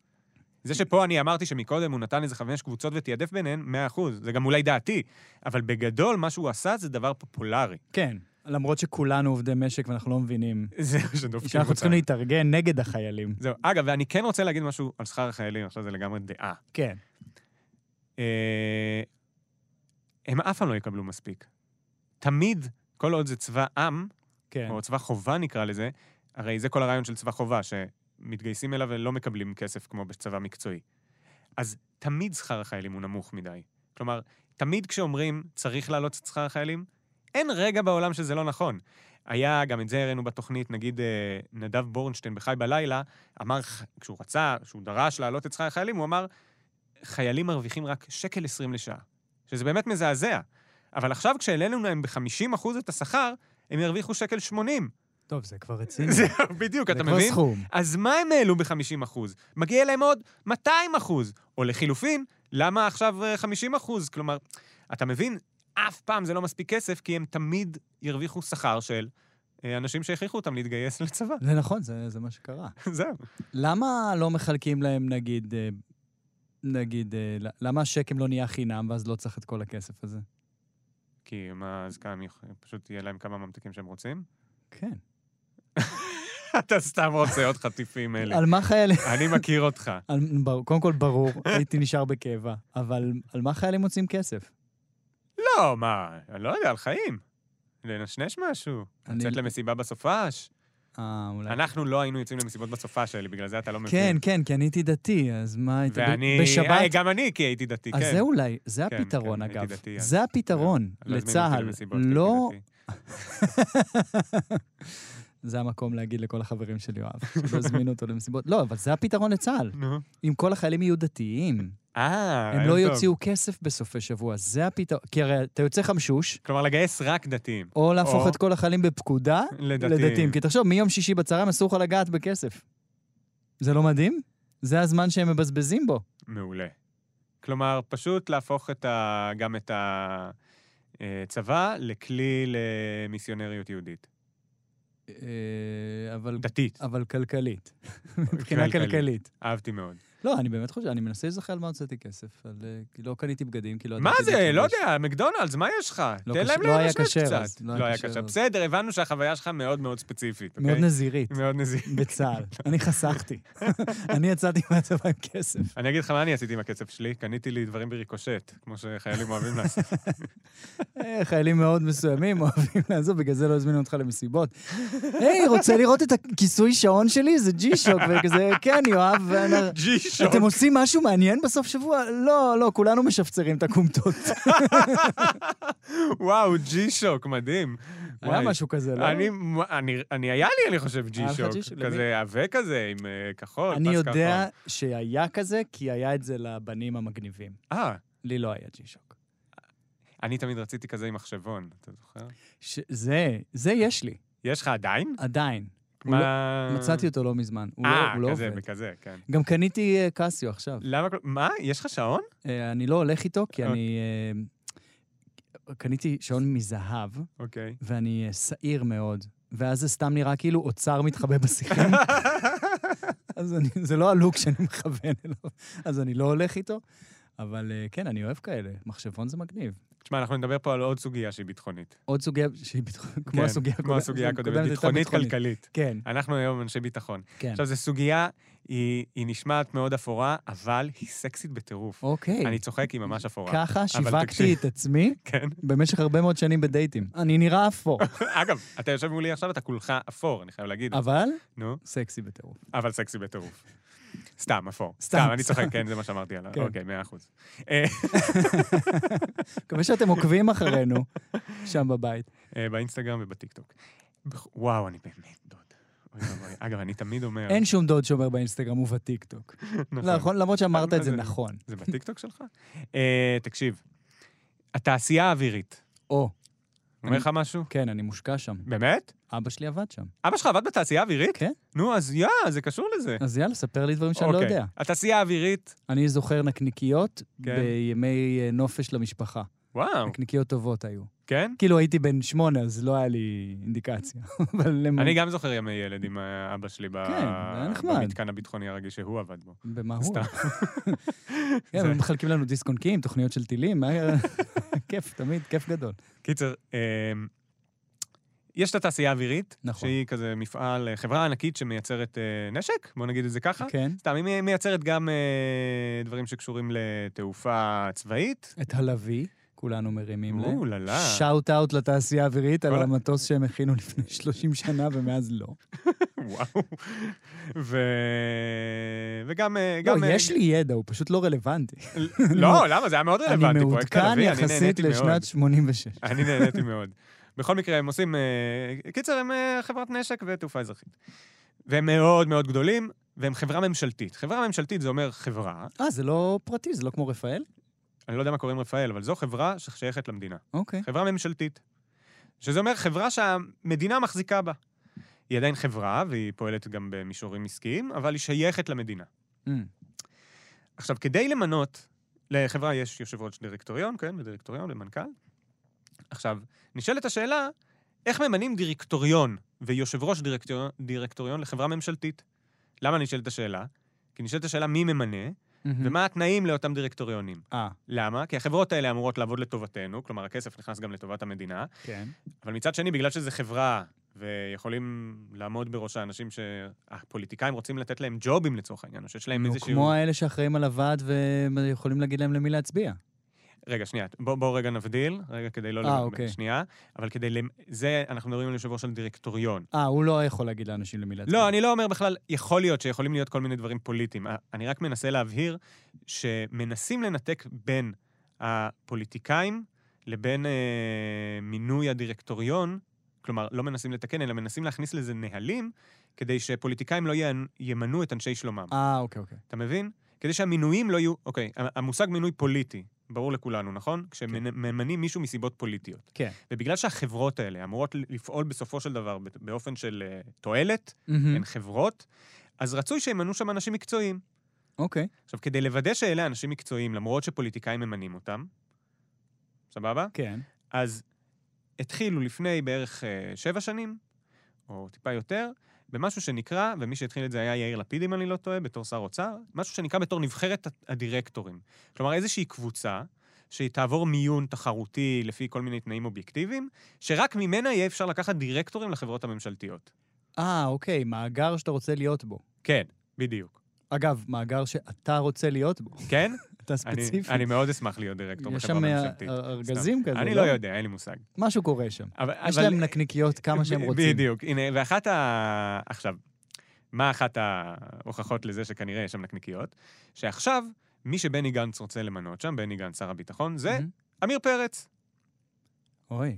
A: זה שפה אני אמרתי שמקודם הוא נתן איזה חמש קבוצות ותיעדף ביניהן, מאה אחוז, זה גם אולי דעתי, אבל בגדול מה שהוא עשה זה דבר פופולרי.
B: כן, למרות שכולנו עובדי משק ואנחנו לא מבינים
A: זה מה שדופקים
B: שאנחנו צריכים
A: אותנו.
B: להתארגן נגד החיילים.
A: זהו, אגב, ואני כן רוצה להגיד משהו על שכר החיילים, עכשיו זה לגמרי דעה.
B: כן.
A: אה, הם אף פעם לא יקבלו מספיק. תמיד, כל עוד זה צבא עם,
B: כן.
A: או צבא חובה נקרא לזה, הרי זה כל הרעיון של צבא חובה, שמתגייסים אליו ולא מקבלים כסף כמו בצבא מקצועי. אז תמיד שכר החיילים הוא נמוך מדי. כלומר, תמיד כשאומרים צריך להעלות את שכר החיילים, אין רגע בעולם שזה לא נכון. היה, גם את זה הראינו בתוכנית, נגיד אה, נדב בורנשטיין בחי בלילה, אמר, ח- כשהוא רצה, כשהוא דרש להעלות את שכר החיילים, הוא אמר, חיילים מרוויחים רק שקל עשרים לשעה, שזה באמת מזעזע. אבל עכשיו כשהעלינו להם ב-50% את השכר, הם ירוויחו שקל 80.
B: טוב, זה כבר רציני. זה
A: זהו, בדיוק, אתה
B: כבר
A: מבין?
B: סכום.
A: אז מה הם העלו ב-50 אחוז? מגיע להם עוד 200 אחוז. או לחילופין, למה עכשיו אה, 50 אחוז? כלומר, אתה מבין? אף פעם זה לא מספיק כסף, כי הם תמיד ירוויחו שכר של אה, אנשים שהכריחו אותם להתגייס לצבא.
B: זה נכון, זה זה מה שקרה.
A: זהו.
B: למה לא מחלקים להם, נגיד, אה, נגיד, אה, ל- למה השקם לא נהיה חינם ואז לא צריך את כל הכסף הזה?
A: כי מה, אז כאן יוכ- פשוט יהיה להם כמה ממתיקים שהם רוצים?
B: כן.
A: אתה סתם רוצה עוד חטיפים אלה.
B: על מה חיילים...
A: אני מכיר אותך.
B: על, בר- קודם כל, ברור, הייתי נשאר בקבע, אבל על מה חיילים מוצאים כסף?
A: לא, מה, אני לא יודע, על חיים. לנשנש משהו,
B: אני-
A: לצאת למסיבה בסופש.
B: אה, אולי...
A: אנחנו לא היינו יוצאים למסיבות בסופה שלי, בגלל זה אתה לא מבין.
B: כן, כן, כי אני הייתי דתי, אז מה היית... ב-
A: ואני...
B: בשבת...
A: אה, גם אני, כי הייתי דתי, כן.
B: אז זה אולי, זה
A: כן,
B: הפתרון,
A: כן, הייתי
B: אגב.
A: דתי, אז-
B: זה הפתרון
A: לא הזמינו אותי
B: לצה"ל.
A: למסיבות, כי
B: לא...
A: הייתי דתי.
B: זה המקום להגיד לכל החברים של יואב, שלא הזמינו אותו למסיבות. לא, אבל זה הפתרון לצה"ל.
A: נו.
B: אם כל החיילים יהיו דתיים,
A: אה,
B: הם
A: רעיון
B: לא
A: טוב.
B: יוציאו כסף בסופי שבוע, זה הפתרון. כי הרי אתה יוצא חמשוש,
A: כלומר, לגייס רק דתיים.
B: או להפוך
A: או-
B: את כל החיילים בפקודה
A: לדתיים.
B: לדתיים. כן. כי תחשוב, מיום שישי בצהריים אסור לך לגעת בכסף. זה לא מדהים? זה הזמן שהם מבזבזים בו.
A: מעולה. כלומר, פשוט להפוך את ה... גם את הצבא לכלי למיסיונריות יהודית.
B: אה, אבל-
A: דתית.
B: אבל כלכלית. מבחינה כלכלית.
A: אהבתי מאוד.
B: לא, אני באמת חושב, אני מנסה להיזכר על מה הוצאתי כסף. על, אה, כי לא קניתי בגדים, כי לא...
A: מה
B: ידעתי
A: זה?
B: להתלבש.
A: לא יודע, מקדונלדס, מה יש לך?
B: לא
A: תן
B: כשר-
A: להם
B: לא היה
A: לנשנש
B: כשר
A: קצת.
B: אז, לא היה
A: לא היה
B: כשר
A: כשר.
B: אז.
A: בסדר, הבנו שהחוויה שלך מאוד מאוד ספציפית,
B: מאוד
A: אוקיי?
B: נזירית,
A: מאוד נזיר.
B: בצה"ל. אני חסכתי. אני יצאתי מהצבא עם כסף.
A: אני אגיד לך מה אני עשיתי עם הכסף שלי, קניתי לי דברים בריקושט, כמו שחיילים אוהבים לעשות.
B: אה, חיילים מאוד מסוימים אוהבים לעזוב, בגלל זה לא הזמינו אותך למסיבות. היי, רוצה לראות את הכיסוי שעון שלי? זה ג'י שוק, וכזה, כן, יואב, ואנ-
A: ג'י שוק.
B: אתם עושים משהו מעניין בסוף שבוע? לא, לא, כולנו משפצרים את הכומתות.
A: וואו, ג'י שוק, מדהים.
B: היה
A: וואי.
B: משהו כזה, לא?
A: אני, אני, אני, היה לי, אני חושב, ג'י
B: היה לך ג'י שוק,
A: שוק.
B: למי?
A: כזה עבה כזה, עם אה, כחול, פס
B: אני
A: כחול.
B: יודע שהיה כזה, כי היה את זה לבנים המגניבים.
A: אה,
B: לי לא היה ג'י שוק.
A: אני תמיד רציתי כזה עם מחשבון, אתה זוכר?
B: ש- זה, זה יש לי,
A: יש לך עדיין?
B: עדיין. הוא
A: מה...
B: מצאתי אותו לא מזמן, הוא לא-
A: אה,
B: הוא לא
A: כזה,
B: עובד.
A: בכזה, כן.
B: גם קניתי אה, קסיו עכשיו.
A: למה... כל- מה? יש לך שעון?
B: אה, אני לא הולך איתו, כי
A: אוקיי.
B: אני... אה, קניתי שעון מזהב,
A: אוקיי.
B: ואני אה, שעיר מאוד, ואז זה סתם נראה כאילו אוצר מתחבא בשיחים, אז אני, זה לא הלוק שאני מכוון אליו, אז אני לא הולך איתו. אבל אה, כן, אני אוהב כאלה. מחשבון זה מגניב.
A: תשמע, אנחנו נדבר פה על עוד סוגיה שהיא ביטחונית.
B: עוד סוגיה שהיא ביטחונית, כמו
A: כן,
B: הסוגיה
A: כמו
B: הקודמת.
A: הסוגיה הקודמת,
B: הייתה
A: ביטחונית-כלכלית.
B: כן,
A: אנחנו היום אנשי ביטחון.
B: כן.
A: עכשיו, זו סוגיה, היא היא נשמעת מאוד אפורה, אבל היא סקסית בטירוף.
B: אוקיי.
A: אני צוחק, היא ממש אפורה.
B: ככה שיווקתי
A: תקשיב.
B: את עצמי
A: כן.
B: במשך הרבה מאוד שנים בדייטים. אני נראה אפור,
A: אגב, אתה יושב מולי עכשיו, אתה כולך אפור, אני חייב להגיד.
B: אבל
A: נו,
B: סקסי בטירוף.
A: אבל סקסי בטירוף. סתם, אפור.
B: סתם,
A: סתם, אני צוחק,
B: סתם.
A: כן, זה מה שאמרתי עליו.
B: כן.
A: אוקיי, מאה אחוז. אה,
B: מקווה שאתם עוקבים אחרינו שם בבית.
A: אה, באינסטגרם ובטיקטוק. בכ- וואו, אני באמת דוד. אוי ואבוי. אגב, אני תמיד אומר...
B: אין שום דוד שאומר באינסטגרם ובטיקטוק.
A: כן. נכון.
B: נכון, למרות שאמרת את זה
A: זה-
B: נכון.
A: זה בטיקטוק שלך? אה, תקשיב, התעשייה האווירית,
B: או,
A: אומר
B: אני-
A: לך משהו?
B: כן, אני מושקע שם.
A: באמת?
B: אבא שלי עבד שם.
A: אבא שלך עבד בתעשייה האווירית?
B: כן.
A: נו, אז יא, זה קשור לזה.
B: אז יאללה, ספר לי דברים שאני לא
A: אוקיי.
B: יודע.
A: התעשייה האווירית,
B: אני זוכר נקניקיות
A: כן.
B: בימי אה, נופש למשפחה.
A: וואו,
B: נקניקיות טובות היו.
A: כן?
B: כאילו הייתי בן שמונה, אז לא היה לי אינדיקציה. אבל הם...
A: אני גם זוכר ימי ילד עם אה, אבא שלי ב-
B: כן, זה היה נחמד.
A: במתקן הביטחוני הרגיש שהוא עבד בו.
B: במה הוא?
A: סתם.
B: כן,
A: זה-
B: הם מחלקים לנו דיסק-און-קים, תוכניות של טילים, מה- כיף, תמיד, כיף גדול.
A: קיצר, אה, יש את התעשייה האווירית,
B: נכון.
A: שהיא כזה מפעל, אה, חברה ענקית שמייצרת אה, נשק, בוא נגיד את זה ככה.
B: כן.
A: סתם, היא מי- מייצרת גם אה, דברים שקשורים לתעופה צבאית.
B: את הלוי, כולנו מרימים להם.
A: אוללה.
B: שאוט אאוט לתעשייה האווירית על
A: כל ה-
B: המטוס שהם הכינו לפני 30 שנה ומאז לא.
A: וואו. ו... וגם... אה,
B: לא,
A: גם, אה,
B: יש לי ידע, הוא פשוט לא רלוונטי.
A: לא, למה? זה היה מאוד רלוונטי.
B: אני
A: פרויקט תל
B: מעודכן
A: אביב, אני
B: יחסית
A: נהניתי מאוד.
B: לשנת 86.
A: אני נהניתי מאוד. בכל מקרה, הם עושים... אה, קיצר, הם אה, חברת נשק ותעופה אזרחית. והם מאוד מאוד גדולים, והם חברה ממשלתית. חברה ממשלתית זה אומר חברה,
B: אה, זה לא פרטי, זה לא כמו רפאל?
A: אני לא יודע מה קוראים רפאל, אבל זו חברה ששייכת למדינה.
B: אוקיי.
A: חברה ממשלתית. שזה אומר חברה שהמדינה מחזיקה בה. היא עדיין חברה, והיא פועלת גם במישורים עסקיים, אבל היא שייכת למדינה.
B: Mm,
A: עכשיו, כדי למנות, לחברה יש יושב ראש דירקטוריון, כן, ודירקטוריון ומנכ"ל. עכשיו, נשאלת השאלה, איך ממנים דירקטוריון ויושב ראש דירקטוריון, דירקטוריון לחברה ממשלתית? למה נשאלת השאלה? כי נשאלת השאלה מי ממנה,
B: מהמם.
A: ומה התנאים לאותם דירקטוריונים.
B: Mm-hmm. אה,
A: למה? כי החברות האלה אמורות לעבוד לטובתנו, כלומר, הכסף נכנס גם לטובת המדינה,
B: כן.
A: אבל מצד שני, בגלל שזו חברה, ויכולים לעמוד בראשה אנשים שהפוליטיקאים רוצים לתת להם ג'ובים לצורך העניין, או שיש להם
B: נו,
A: איזשהו...
B: לא כמו האלה שאחראים על הוועד ויכולים להגיד להם למי להצביע.
A: רגע, שנייה, בואו בוא רגע נבדיל, רגע, כדי לא...
B: אה,
A: לבלבל,
B: אוקיי.
A: שנייה, אבל כדי... למ... זה, אנחנו מדברים על יושב ראש הדירקטוריון.
B: אה, הוא לא יכול להגיד לאנשים למי להצביע.
A: לא, אני לא אומר בכלל, יכול להיות שיכולים להיות כל מיני דברים פוליטיים. אה, אני רק מנסה להבהיר שמנסים לנתק בין הפוליטיקאים לבין אה, מינוי הדירקטוריון, כלומר, לא מנסים לתקן, אלא מנסים להכניס לזה נהלים, כדי שפוליטיקאים לא יאנ- ימנו את אנשי שלומם.
B: אה, אוקיי, אוקיי.
A: אתה מבין? כדי שהמינויים לא יהיו... אוקיי, ה- המושג מינוי פוליטי, ברור לכולנו, נכון? כשממנים מישהו מסיבות פוליטיות.
B: כן.
A: ובגלל שהחברות האלה אמורות ל- לפעול בסופו של דבר ב- באופן של אה, תועלת,
B: מהמם.
A: הן חברות, אז רצוי שימנו שם אנשים מקצועיים.
B: אוקיי.
A: עכשיו, כדי לוודא שאלה אנשים מקצועיים, למרות שפוליטיקאים ממנים אותם, סבבה?
B: כן.
A: אז התחילו לפני בערך אה, שבע שנים, או טיפה יותר, במשהו שנקרא, ומי שהתחיל את זה היה יאיר לפיד, אם אני לא טועה, בתור שר אוצר, משהו שנקרא בתור נבחרת הדירקטורים. כלומר, איזושהי קבוצה שהיא תעבור מיון תחרותי לפי כל מיני תנאים אובייקטיביים, שרק ממנה יהיה אפשר לקחת דירקטורים לחברות הממשלתיות.
B: אה, אוקיי, מאגר שאתה רוצה להיות בו.
A: כן, בדיוק.
B: אגב, מאגר שאתה רוצה להיות בו.
A: כן?
B: אתה
A: אני-
B: ספציפי.
A: אני מאוד אשמח להיות דירקטור
B: יש
A: בחברה
B: שם אה,
A: ממשלתית.
B: ארגזים כזה,
A: אני לא יודע, אין לי מושג.
B: משהו קורה שם.
A: אבל-
B: יש
A: אבל-
B: להם נקניקיות כמה שהם
A: ב-
B: רוצים.
A: בדיוק. הנה, ואחת ה... עכשיו, מה אחת ההוכחות לזה שכנראה יש שם נקניקיות? שעכשיו, מי שבני גנץ רוצה למנות שם, בני גנץ, שר הביטחון, זה
B: מהמם.
A: עמיר פרץ.
B: אוי.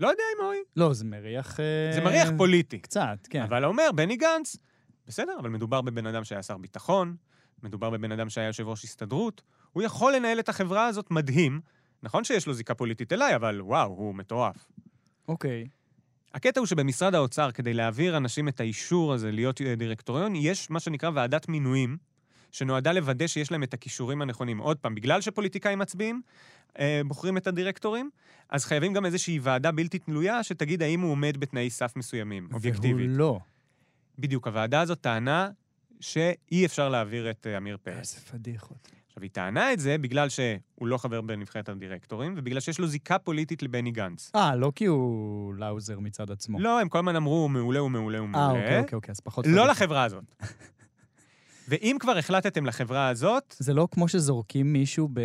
A: לא יודע אם אוי.
B: לא, זה מריח... אה,
A: זה מריח פוליטי.
B: קצת, כן.
A: אבל אומר, בני גנץ, בסדר, אבל מדובר בבן אדם שהיה שר ביטחון, מדובר בבן אדם שהיה יושב ראש הסתדרות, הוא יכול לנהל את החברה הזאת מדהים. נכון שיש לו זיקה פוליטית אליי, אבל וואו, הוא מטורף.
B: אוקיי.
A: הקטע הוא שבמשרד האוצר, כדי להעביר אנשים את האישור הזה להיות אה, דירקטוריון, יש מה שנקרא ועדת מינויים, שנועדה לוודא שיש להם את הכישורים הנכונים. עוד פעם, בגלל שפוליטיקאים מצביעים, אה, בוחרים את הדירקטורים, אז חייבים גם איזושהי ועדה בלתי תלויה שתגיד האם הוא עומד בתנאי סף מסוימים, אובייקטיבית.
B: והוא לא.
A: בדיוק, הוועדה הזאת טענה שאי אפשר להעביר את אה, עמיר פרץ.
B: איזה פדיחות.
A: עכשיו, היא טענה את זה בגלל שהוא לא חבר בנבחרת הדירקטורים, ובגלל שיש לו זיקה פוליטית לבני גנץ.
B: אה, לא כי הוא לאוזר מצד עצמו.
A: לא, הם כל הזמן אמרו, הוא מעולה, הוא מעולה, הוא
B: אה,
A: מעולה.
B: אוקיי, אוקיי, אוקיי, אז פחות...
A: לא
B: פדיחות.
A: לחברה הזאת. ואם כבר החלטתם לחברה הזאת,
B: זה לא כמו שזורקים מישהו ב...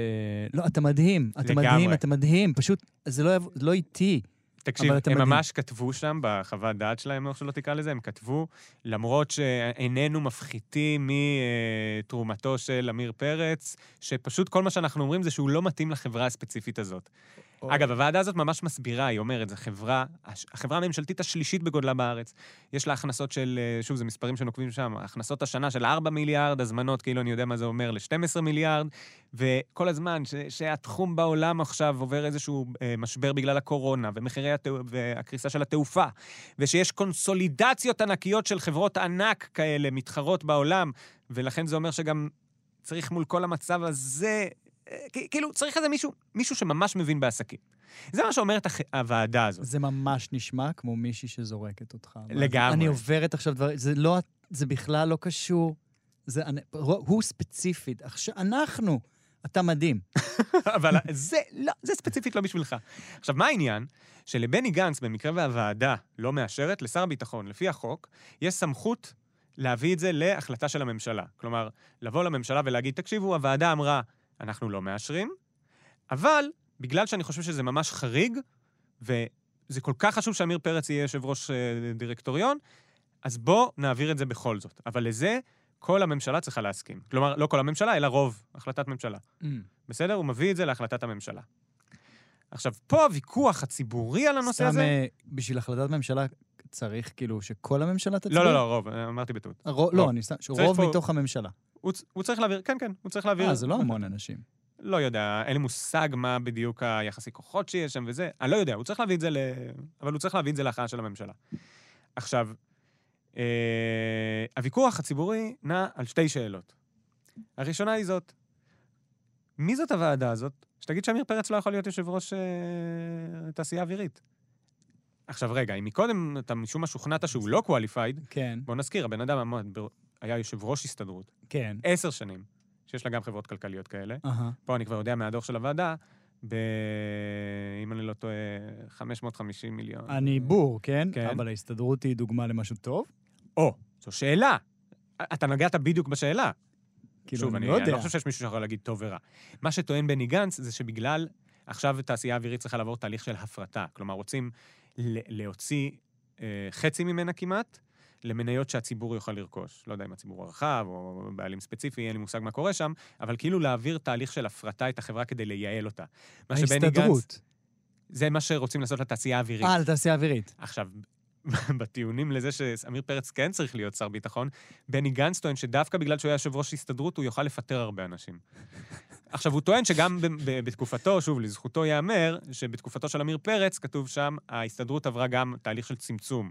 B: לא, אתה מדהים, אתה
A: לגמרי.
B: מדהים, אתה מדהים. פשוט, זה לא יבוא- לא איטי.
A: תקשיב,
B: אבל
A: הם
B: אתה מדהים.
A: ממש כתבו שם, בחוות דעת שלהם, איך שלא תקרא לזה, הם כתבו, למרות שאיננו מפחיתים מתרומתו של עמיר פרץ, שפשוט כל מה שאנחנו אומרים זה שהוא לא מתאים לחברה הספציפית הזאת. אגב, הוועדה הזאת ממש מסבירה, היא אומרת, זו חברה, הש- החברה הממשלתית השלישית בגודלה בארץ. יש לה הכנסות של, אה, שוב, זה מספרים שנוקבים שם, הכנסות השנה של 4 מיליארד, הזמנות, כאילו אני יודע מה זה אומר, ל-12 מיליארד, וכל הזמן ש, שהתחום בעולם עכשיו עובר איזשהו אה, משבר בגלל הקורונה, ומחירי התא, והקריסה של התעופה, ושיש קונסולידציות ענקיות של חברות ענק כאלה, מתחרות בעולם, ולכן זה אומר שגם צריך מול כל המצב הזה... אה, כ- כאילו, צריך איזה מישהו, מישהו שממש מבין בעסקים. זה מה שאומרת הח... הוועדה הזאת.
B: זה ממש נשמע כמו מישהי שזורקת אותך.
A: לגמרי.
B: אני עוברת עכשיו דברים, זה לא, זה בכלל לא קשור. זה, אני- הוא ספציפית, עכשיו, אנחנו, אתה מדהים.
A: אבל זה, לא, זה ספציפית לא בשבילך. עכשיו, מה העניין? שלבני גנץ, במקרה והוועדה לא מאשרת, לשר הביטחון, לפי החוק, יש סמכות להביא את זה להחלטה של הממשלה. כלומר, לבוא לממשלה ולהגיד, תקשיבו, הוועדה אמרה, אנחנו לא מאשרים, אבל בגלל שאני חושב שזה ממש חריג, וזה כל כך חשוב שעמיר פרץ יהיה יושב ראש אה, דירקטוריון, אז בוא נעביר את זה בכל זאת. אבל לזה כל הממשלה צריכה להסכים. כלומר, לא כל הממשלה, אלא רוב החלטת ממשלה. בסדר? הוא מביא את זה להחלטת הממשלה. עכשיו, פה הוויכוח הציבורי על הנושא
B: סתם,
A: הזה...
B: אה, בשביל החלטת ממשלה צריך כאילו שכל הממשלה תצביע?
A: לא, לא, לא, רוב, אה, אמרתי בטעות.
B: הרו-
A: רוב.
B: לא, אני סתם, שרוב
A: פה-
B: מתוך הממשלה.
A: הוא, צ- הוא צריך להעביר, כן, כן, הוא צריך להעביר.
B: אה, זה לא המון אנשים.
A: לא יודע, אין לי מושג מה בדיוק היחסי כוחות שיש שם וזה, אני לא יודע, הוא צריך להביא את זה ל... אבל הוא צריך להביא את זה להכרעה של הממשלה. עכשיו, אה, הוויכוח הציבורי נע על שתי שאלות. הראשונה היא זאת, מי זאת הוועדה הזאת שתגיד שעמיר פרץ לא יכול להיות יושב ראש אה, תעשייה אווירית? עכשיו רגע, אם מקודם אתה משום מה שוכנעת שהוא לא qualified,
B: כן,
A: בוא נזכיר, הבן אדם עמד בר- היה יושב ראש הסתדרות
B: כן.
A: עשר שנים, שיש לה גם חברות כלכליות כאלה,
B: אהה.
A: פה אני כבר יודע מהדוח של הוועדה, ב... אם אני לא טועה, 550 מיליון.
B: אני בור, כן?
A: כן.
B: אבל ההסתדרות היא דוגמה למשהו טוב?
A: או, זו שאלה. אתה נגעת בדיוק בשאלה.
B: כאילו,
A: שוב, אני,
B: לא
A: אני
B: יודע.
A: לא חושב שיש מישהו שיכול להגיד טוב ורע. מה שטוען בני גנץ זה שבגלל עכשיו התעשייה האווירית צריכה לעבור תהליך של הפרטה. כלומר, רוצים ל- להוציא אה, חצי ממנה כמעט למניות שהציבור יוכל לרכוש. לא יודע אם הציבור הרחב או בעלים ספציפי, אין לי מושג מה קורה שם, אבל כאילו להעביר תהליך של הפרטה את החברה כדי לייעל אותה. מה שבני גנץ...
B: ההסתדרות.
A: זה מה שרוצים לעשות לתעשייה האווירית.
B: אה, לתעשייה אווירית.
A: עכשיו, בטיעונים לזה שעמיר פרץ כן צריך להיות שר ביטחון, בני גנץ טוען שדווקא בגלל שהוא היה יושב ראש הסתדרות, הוא יוכל לפטר הרבה אנשים. עכשיו, הוא טוען שגם ב- ב- בתקופתו, שוב, לזכותו ייאמר, שבתקופתו של עמיר פרץ, כתוב שם, ההסתדרות עברה גם תהליך של צמצום.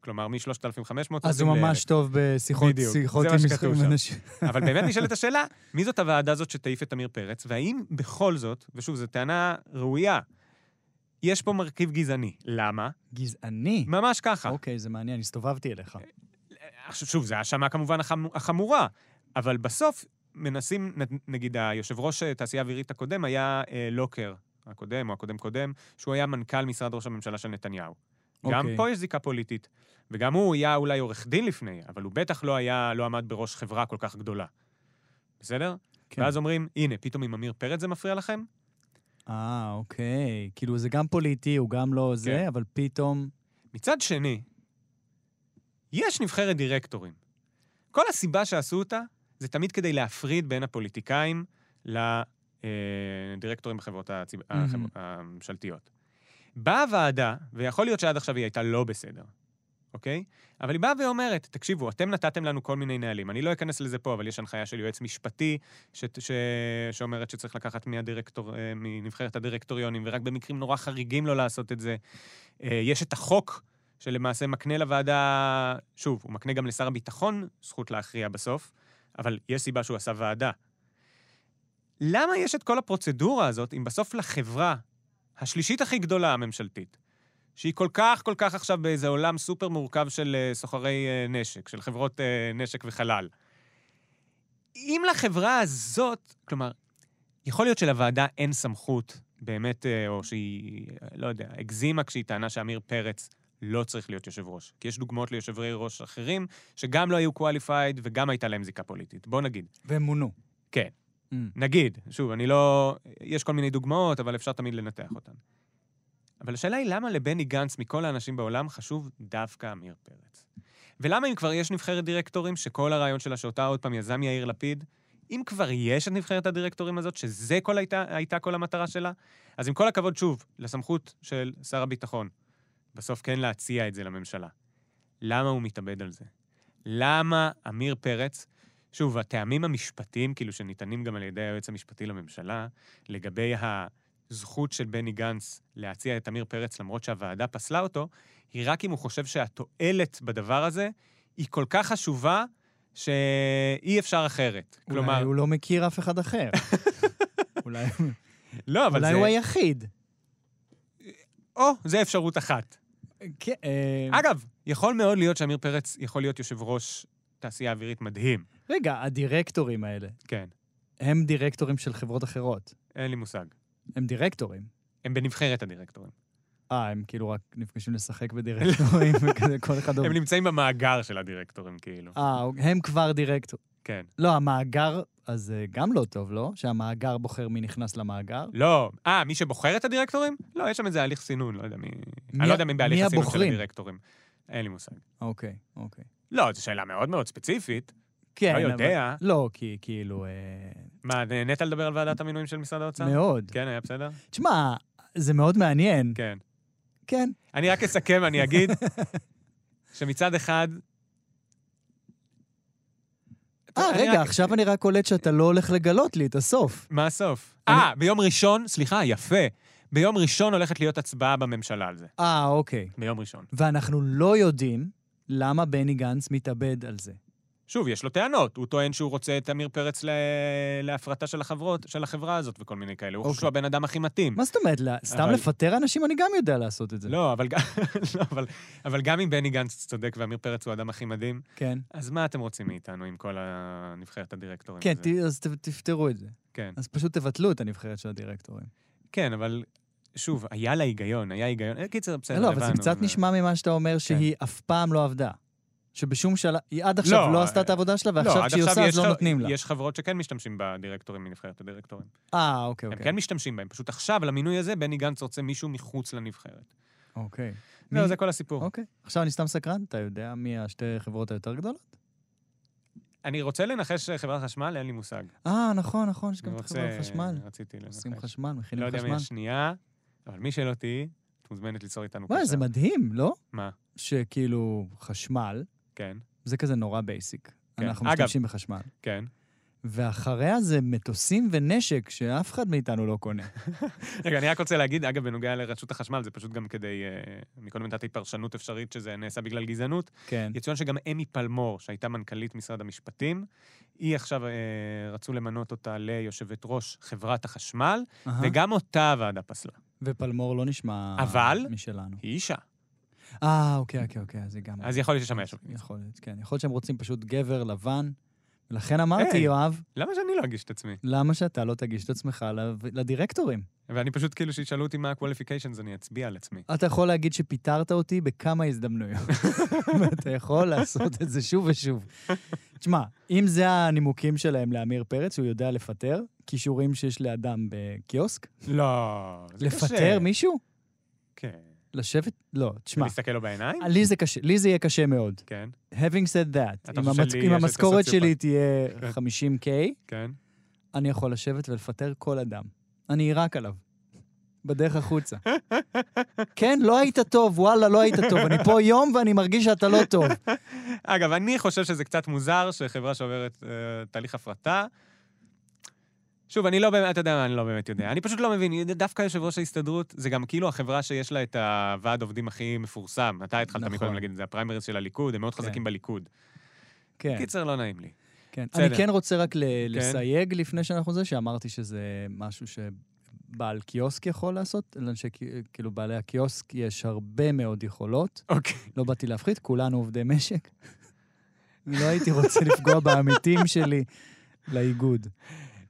A: כלומר, מ-3,500...
B: אז הוא ממש טוב בשיחות
A: בדיוק,
B: שיחות
A: זה
B: עם
A: מה שכתוב
B: עם
A: שם.
B: אנשים.
A: אבל באמת נשאלת השאלה, מי זאת הוועדה הזאת שתעיף את עמיר פרץ, והאם בכל זאת, ושוב, זו טענה ראויה, יש פה מרכיב גזעני. למה?
B: גזעני.
A: ממש ככה.
B: אוקיי, זה מעניין, הסתובבתי אליך.
A: עכשיו, שוב, זו האשמה כמובן החמ- החמורה, אבל בסוף מנסים, נ- נגיד, היושב ראש אה, תעשייה אווירית הקודם היה אה, לוקר, הקודם או הקודם-קודם, שהוא היה מנכ"ל משרד ראש הממשלה של נתניהו. גם
B: אוקיי.
A: פה יש זיקה פוליטית, וגם הוא היה אולי עורך דין לפני, אבל הוא בטח לא היה, לא עמד בראש חברה כל כך גדולה. בסדר?
B: כן.
A: ואז אומרים, הנה, פתאום עם עמיר פרץ זה מפריע לכם?
B: אה, אוקיי. כאילו, זה גם פוליטי, הוא גם לא זה,
A: כן.
B: אבל פתאום...
A: מצד שני, יש נבחרת דירקטורים. כל הסיבה שעשו אותה זה תמיד כדי להפריד בין הפוליטיקאים לדירקטורים בחברות הציב...
B: מהמם.
A: החבר... הממשלתיות. באה הוועדה, ויכול להיות שעד עכשיו היא הייתה לא בסדר, אוקיי? אבל היא באה ואומרת, תקשיבו, אתם נתתם לנו כל מיני נהלים. אני לא אכנס לזה פה, אבל יש הנחיה של יועץ משפטי ש... ש... שאומרת שצריך לקחת מהדירקטור... אה, מנבחרת הדירקטוריונים, ורק במקרים נורא חריגים לא לעשות את זה. אה, יש את החוק שלמעשה מקנה לוועדה, שוב, הוא מקנה גם לשר הביטחון זכות להכריע בסוף, אבל יש סיבה שהוא עשה ועדה. למה יש את כל הפרוצדורה הזאת אם בסוף לחברה השלישית הכי גדולה הממשלתית, שהיא כל כך כל כך עכשיו באיזה עולם סופר מורכב של אה, סוחרי אה, נשק, של חברות אה, נשק וחלל, אם לחברה הזאת, כלומר, יכול להיות שלוועדה אין סמכות באמת, אה, או שהיא, אה, לא יודע, הגזימה כשהיא טענה שעמיר פרץ לא צריך להיות יושב ראש. כי יש דוגמאות ליושבי ראש אחרים שגם לא היו qualified וגם הייתה להם זיקה פוליטית. בוא נגיד.
B: והם מונו.
A: כן.
B: Mm.
A: נגיד, שוב, אני לא... יש כל מיני דוגמאות, אבל אפשר תמיד לנתח אותן. אבל השאלה היא למה לבני גנץ מכל האנשים בעולם חשוב דווקא עמיר פרץ? ולמה אם כבר יש נבחרת דירקטורים, שכל הרעיון שלה שאותה עוד פעם יזם יאיר לפיד, אם כבר יש את נבחרת הדירקטורים הזאת, שזה כל הייתה, הייתה כל המטרה שלה, אז עם כל הכבוד, שוב, לסמכות של שר הביטחון, בסוף כן להציע את זה לממשלה. למה הוא מתאבד על זה? למה עמיר פרץ, שוב, הטעמים המשפטיים, כאילו, שניתנים גם על ידי היועץ המשפטי לממשלה, לגבי הזכות של בני גנץ להציע את עמיר פרץ למרות שהוועדה פסלה אותו, היא רק אם הוא חושב שהתועלת בדבר הזה היא כל כך חשובה, שאי אפשר אחרת.
B: אולי
A: כלומר,
B: הוא לא מכיר אף אחד אחר. אולי
A: לא, אבל
B: אולי
A: זה...
B: הוא היחיד.
A: או, זה אפשרות אחת.
B: כן, אה,
A: אגב, יכול מאוד להיות שעמיר פרץ יכול להיות יושב ראש תעשייה אווירית מדהים.
B: רגע, הדירקטורים האלה,
A: כן,
B: הם דירקטורים של חברות אחרות.
A: אין לי מושג.
B: הם דירקטורים.
A: הם בנבחרת הדירקטורים.
B: אה, הם כאילו רק נפגשים לשחק בדירקטורים, וכזה כל אחד אומר.
A: הם נמצאים במאגר של הדירקטורים, כאילו.
B: אה, הם כבר דירקטור.
A: כן.
B: לא, המאגר, אז זה גם לא טוב, לא? שהמאגר בוחר מי נכנס למאגר.
A: לא, אה, מי שבוחר את הדירקטורים? לא, יש שם איזה הליך סינון, לא יודע מי...
B: מי
A: אני
B: ה-
A: לא יודע מי בהליך
B: מי
A: הסינון של
B: הבוחרים?
A: הדירקטורים. אין לי מושג.
B: אוקיי, אוקיי.
A: לא, זו שאלה מאוד מאוד ספציפית.
B: כן,
A: לא יודע.
B: אבל... לא, כי כאילו... אה,
A: מה, נהנית לדבר על ועדת המינויים של משרד האוצר?
B: מאוד.
A: כן, היה בסדר?
B: תשמע, זה מאוד מעניין.
A: כן.
B: כן.
A: אני רק אסכם, אני אגיד שמצד אחד...
B: אה,
A: אני
B: רגע,
A: רק-
B: עכשיו אני רק קולט שאתה לא הולך לגלות לי את הסוף.
A: מה הסוף?
B: אני-
A: אה, ביום ראשון, סליחה, יפה. ביום ראשון הולכת להיות הצבעה בממשלה על זה.
B: אה, אוקיי.
A: ביום ראשון.
B: ואנחנו לא יודעים למה בני גנץ מתאבד על זה.
A: Mm. שוב, יש לו טענות. הוא טוען שהוא רוצה את עמיר פרץ ל... להפרטה של, החברות, של החברה הזאת וכל מיני כאלה. הוא חושב
B: אוקיי.
A: שהוא הבן אדם הכי מתאים.
B: מה זאת אומרת? לה- סתם
A: אבל-
B: לפטר אנשים? אני גם יודע לעשות את זה.
A: לא, אבל, גם- לא אבל, אבל גם אם בני גנץ צודק ועמיר פרץ הוא האדם הכי מדהים,
B: כן.
A: אז מה אתם רוצים מאיתנו עם כל הנבחרת הדירקטורים?
B: כן,
A: הזה?
B: ת- אז ת- תפתרו את זה.
A: כן.
B: אז פשוט תבטלו את הנבחרת של הדירקטורים.
A: כן, אבל שוב, היה לה היגיון, היה היגיון. אה, קיצר, בסדר,
B: לא, אבל זה
A: הבנו,
B: קצת נשמע ממה שאתה
A: כן.
B: אומר שהיא אף פעם לא עבדה. שבשום שלב, היא עד עכשיו
A: לא,
B: לא עשתה את העבודה שלה,
A: לא,
B: ועכשיו
A: עד
B: כשהיא
A: עכשיו
B: עושה
A: יש
B: אז לא
A: ח-
B: נותנים לה.
A: יש חברות שכן משתמשים בדירקטורים מנבחרת הדירקטורים.
B: אה, אוקיי,
A: הם
B: אוקיי.
A: כן משתמשים בהם, פשוט עכשיו, למינוי הזה, בני גנץ רוצה מישהו מחוץ לנבחרת.
B: אוקיי.
A: לא,
B: מי-
A: זה כל הסיפור.
B: אוקיי. עכשיו אני סתם סקרן, אתה יודע מי השתי חברות היותר גדולות?
A: אני רוצה לנחש חברת חשמל, אין לי מושג.
B: אה, נכון, נכון, יש גם
A: אני
B: את
A: רוצה...
B: חברת חשמל.
A: רציתי לנחש.
B: עושים חשמל,
A: לא
B: מכינים
A: יודע מי
B: חשמל.
A: השנייה, אבל מי שלא תהיי, את מוזמנת ליצור איתנו
B: וואי, זה מדהים, לא?
A: מה?
B: שכאילו, חשמל,
A: כן,
B: זה כזה נורא בייסיק.
A: כן.
B: אנחנו
A: אגב-
B: משתמשים בחשמל.
A: כן.
B: ואחריה זה מטוסים ונשק שאף אחד מאיתנו לא קונה.
A: רגע, אני רק רוצה להגיד, אגב, בנוגע לרשות החשמל, זה פשוט גם כדי... אה, מקודם נתתי פרשנות אפשרית שזה נעשה בגלל גזענות.
B: כן.
A: יצוין שגם אמי פלמור, שהייתה מנכ"לית משרד המשפטים, היא עכשיו, אה, רצו למנות אותה ליושבת ראש חברת החשמל,
B: אהה.
A: וגם אותה הוועדה פסלה.
B: ופלמור לא נשמע
A: אבל-
B: משלנו.
A: היא אישה.
B: אה, אוקיי, אוקיי, אוקיי, אז זה גם...
A: אז יכול להיות ששם היה שם.
B: יכול להיות, כן. יכול להיות שהם רוצים פשוט גבר לבן. לכן אמרתי,
A: היי.
B: יואב,
A: למה שאני לא אגיש את עצמי?
B: למה שאתה לא תגיש את עצמך ל- לדירקטורים?
A: ואני פשוט, כאילו, שישאלו אותי מה ה-qualifications, אני אצביע על עצמי.
B: אתה יכול להגיד שפיטרת אותי בכמה הזדמנויות. ואתה יכול לעשות את זה שוב ושוב. תשמע, אם זה הנימוקים שלהם לעמיר פרץ, שהוא יודע לפטר, כישורים שיש לאדם בקיוסק,
A: לא, זה קשה.
B: לפטר מישהו?
A: כן.
B: לשבת? לא, תשמע,
A: ולהסתכל כן. לו בעיניים?
B: לי זה קשה, לי זה יהיה קשה מאוד.
A: כן,
B: Having said that,
A: אתה
B: אם
A: חושב
B: המצ-
A: שלי
B: אם
A: יש את
B: המשכורת שלי
A: הסוציופט.
B: תהיה
A: כן.
B: 50K,
A: כן.
B: אני יכול לשבת ולפטר כל אדם. אני אירק עליו. בדרך החוצה. כן, לא היית טוב, וואלה, לא היית טוב. אני פה יום ואני מרגיש שאתה לא טוב.
A: אגב, אני חושב שזה קצת מוזר שחברה שעוברת אה, תהליך הפרטה... שוב, אני לא באמת, אתה יודע מה, אני לא באמת יודע. אני פשוט לא מבין, דווקא יושב ראש ההסתדרות, זה גם כאילו החברה שיש לה את הוועד עובדים הכי מפורסם. אתה התחלת
B: נכון.
A: מקודם להגיד את זה, הפריימריז של הליכוד, הם מאוד
B: כן.
A: חזקים בליכוד.
B: כן,
A: קיצר, לא נעים לי.
B: כן.
A: בסדר.
B: אני כן רוצה רק ל- לסייג לפני שאנחנו זה, שאמרתי שזה משהו שבעל קיוסק יכול לעשות. לאנשי, קי- כאילו, בעלי הקיוסק יש הרבה מאוד יכולות.
A: אוקיי.
B: לא באתי להפחית, כולנו עובדי משק. לא הייתי רוצה לפגוע בעמיתים שלי, לאיגוד.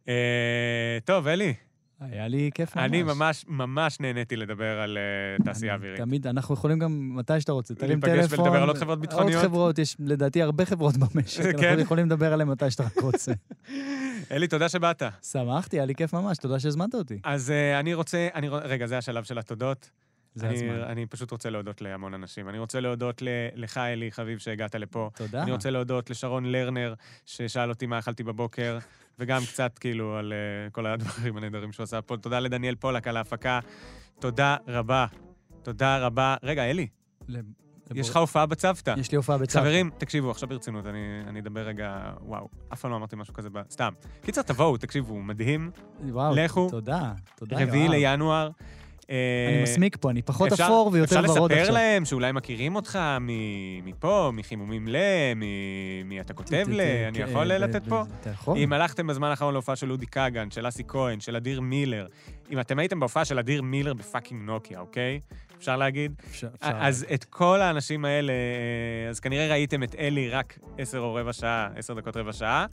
A: אה, טוב, אלי,
B: היה לי כיף ממש.
A: אני ממש ממש נהניתי לדבר על אה, תעשייה אווירית.
B: תמיד, אנחנו יכולים גם מתי שאתה רוצה. תרים טלפון.
A: להיפגש ולדבר על עוד חברות ביטחוניות.
B: עוד חברות, יש לדעתי הרבה חברות במשק.
A: כן.
B: אנחנו יכולים לדבר עליהן מתי שאתה רק רוצה.
A: אלי, תודה שבאת.
B: שמחתי, היה לי כיף ממש, תודה שהזמנת אותי.
A: אז אה, אני רוצה, אני, רוצ- רגע, זה השלב של התודות.
B: זה
A: אני-
B: הזמן.
A: אני פשוט רוצה להודות להמון אנשים. אני רוצה להודות ל- לך, אלי, חביב, שהגעת לפה.
B: תודה.
A: אני רוצה להודות לשרון לרנר, ששאל אותי מה אכלתי בבוקר, וגם קצת כאילו על אה, כל הדברים הנהדרים שהוא עשה פה. תודה לדניאל פולק על ההפקה. תודה רבה. תודה רבה. רגע, אלי,
B: לב-
A: יש לך
B: לבור-
A: הופעה בצוותא.
B: יש לי הופעה בצו.
A: חברים, תקשיבו, עכשיו ברצינות, אני, אני אדבר רגע, וואו, אף פעם לא אמרתי משהו כזה, ב- סתם. קיצר, תבואו, תקשיבו, מדהים.
B: וואו,
A: לכו.
B: תודה, תודה.
A: רביעי
B: יואב.
A: לינואר.
B: אני
A: אה,
B: מסמיק פה, אני פחות
A: אפשר-
B: אפור ויותר ורוד עכשיו.
A: אפשר לספר להם שאולי מכירים אותך מ- מפה, מחימומים ל... מ- מי אתה כותב ל... אני
B: כן,
A: יכול
B: ב-
A: לתת
B: ב-
A: פה?
B: אתה יכול.
A: אם הלכתם בזמן האחרון להופעה של אודי כגן, של אסי כהן, של אדיר מילר, אם אתם הייתם בהופעה של אדיר מילר בפאקינג נוקיה, אוקיי? אפשר להגיד?
B: אפשר- אפשר.
A: אה, אז את כל האנשים האלה, אה, אז כנראה ראיתם את אלי רק עשר או רבע שעה, עשר דקות רבע שעה,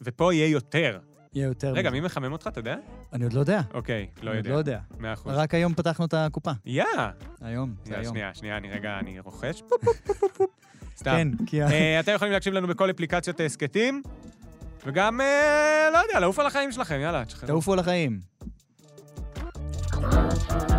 A: ופה יהיה יותר.
B: יהיה יותר...
A: רגע,
B: מזה.
A: מי מחמם אותך, אתה יודע?
B: אני עוד לא יודע.
A: אוקיי, לא
B: אני עוד
A: יודע.
B: לא יודע.
A: מאה אחוז.
B: רק היום פתחנו את הקופה.
A: יא!
B: היום, זה
A: שנייה,
B: היום.
A: שנייה, שנייה, אני רגע, אני רוכש. פופ, פופ, פופ, פופ, פופ. סתם.
B: כן, כי... ה-
A: אה, אתם יכולים להקשיב לנו בכל אפליקציות הסכתים, וגם, אה, לא יודע, לעוף על החיים שלכם, יאללה, תשחררו.
B: תעופו לחיים.
C: Thank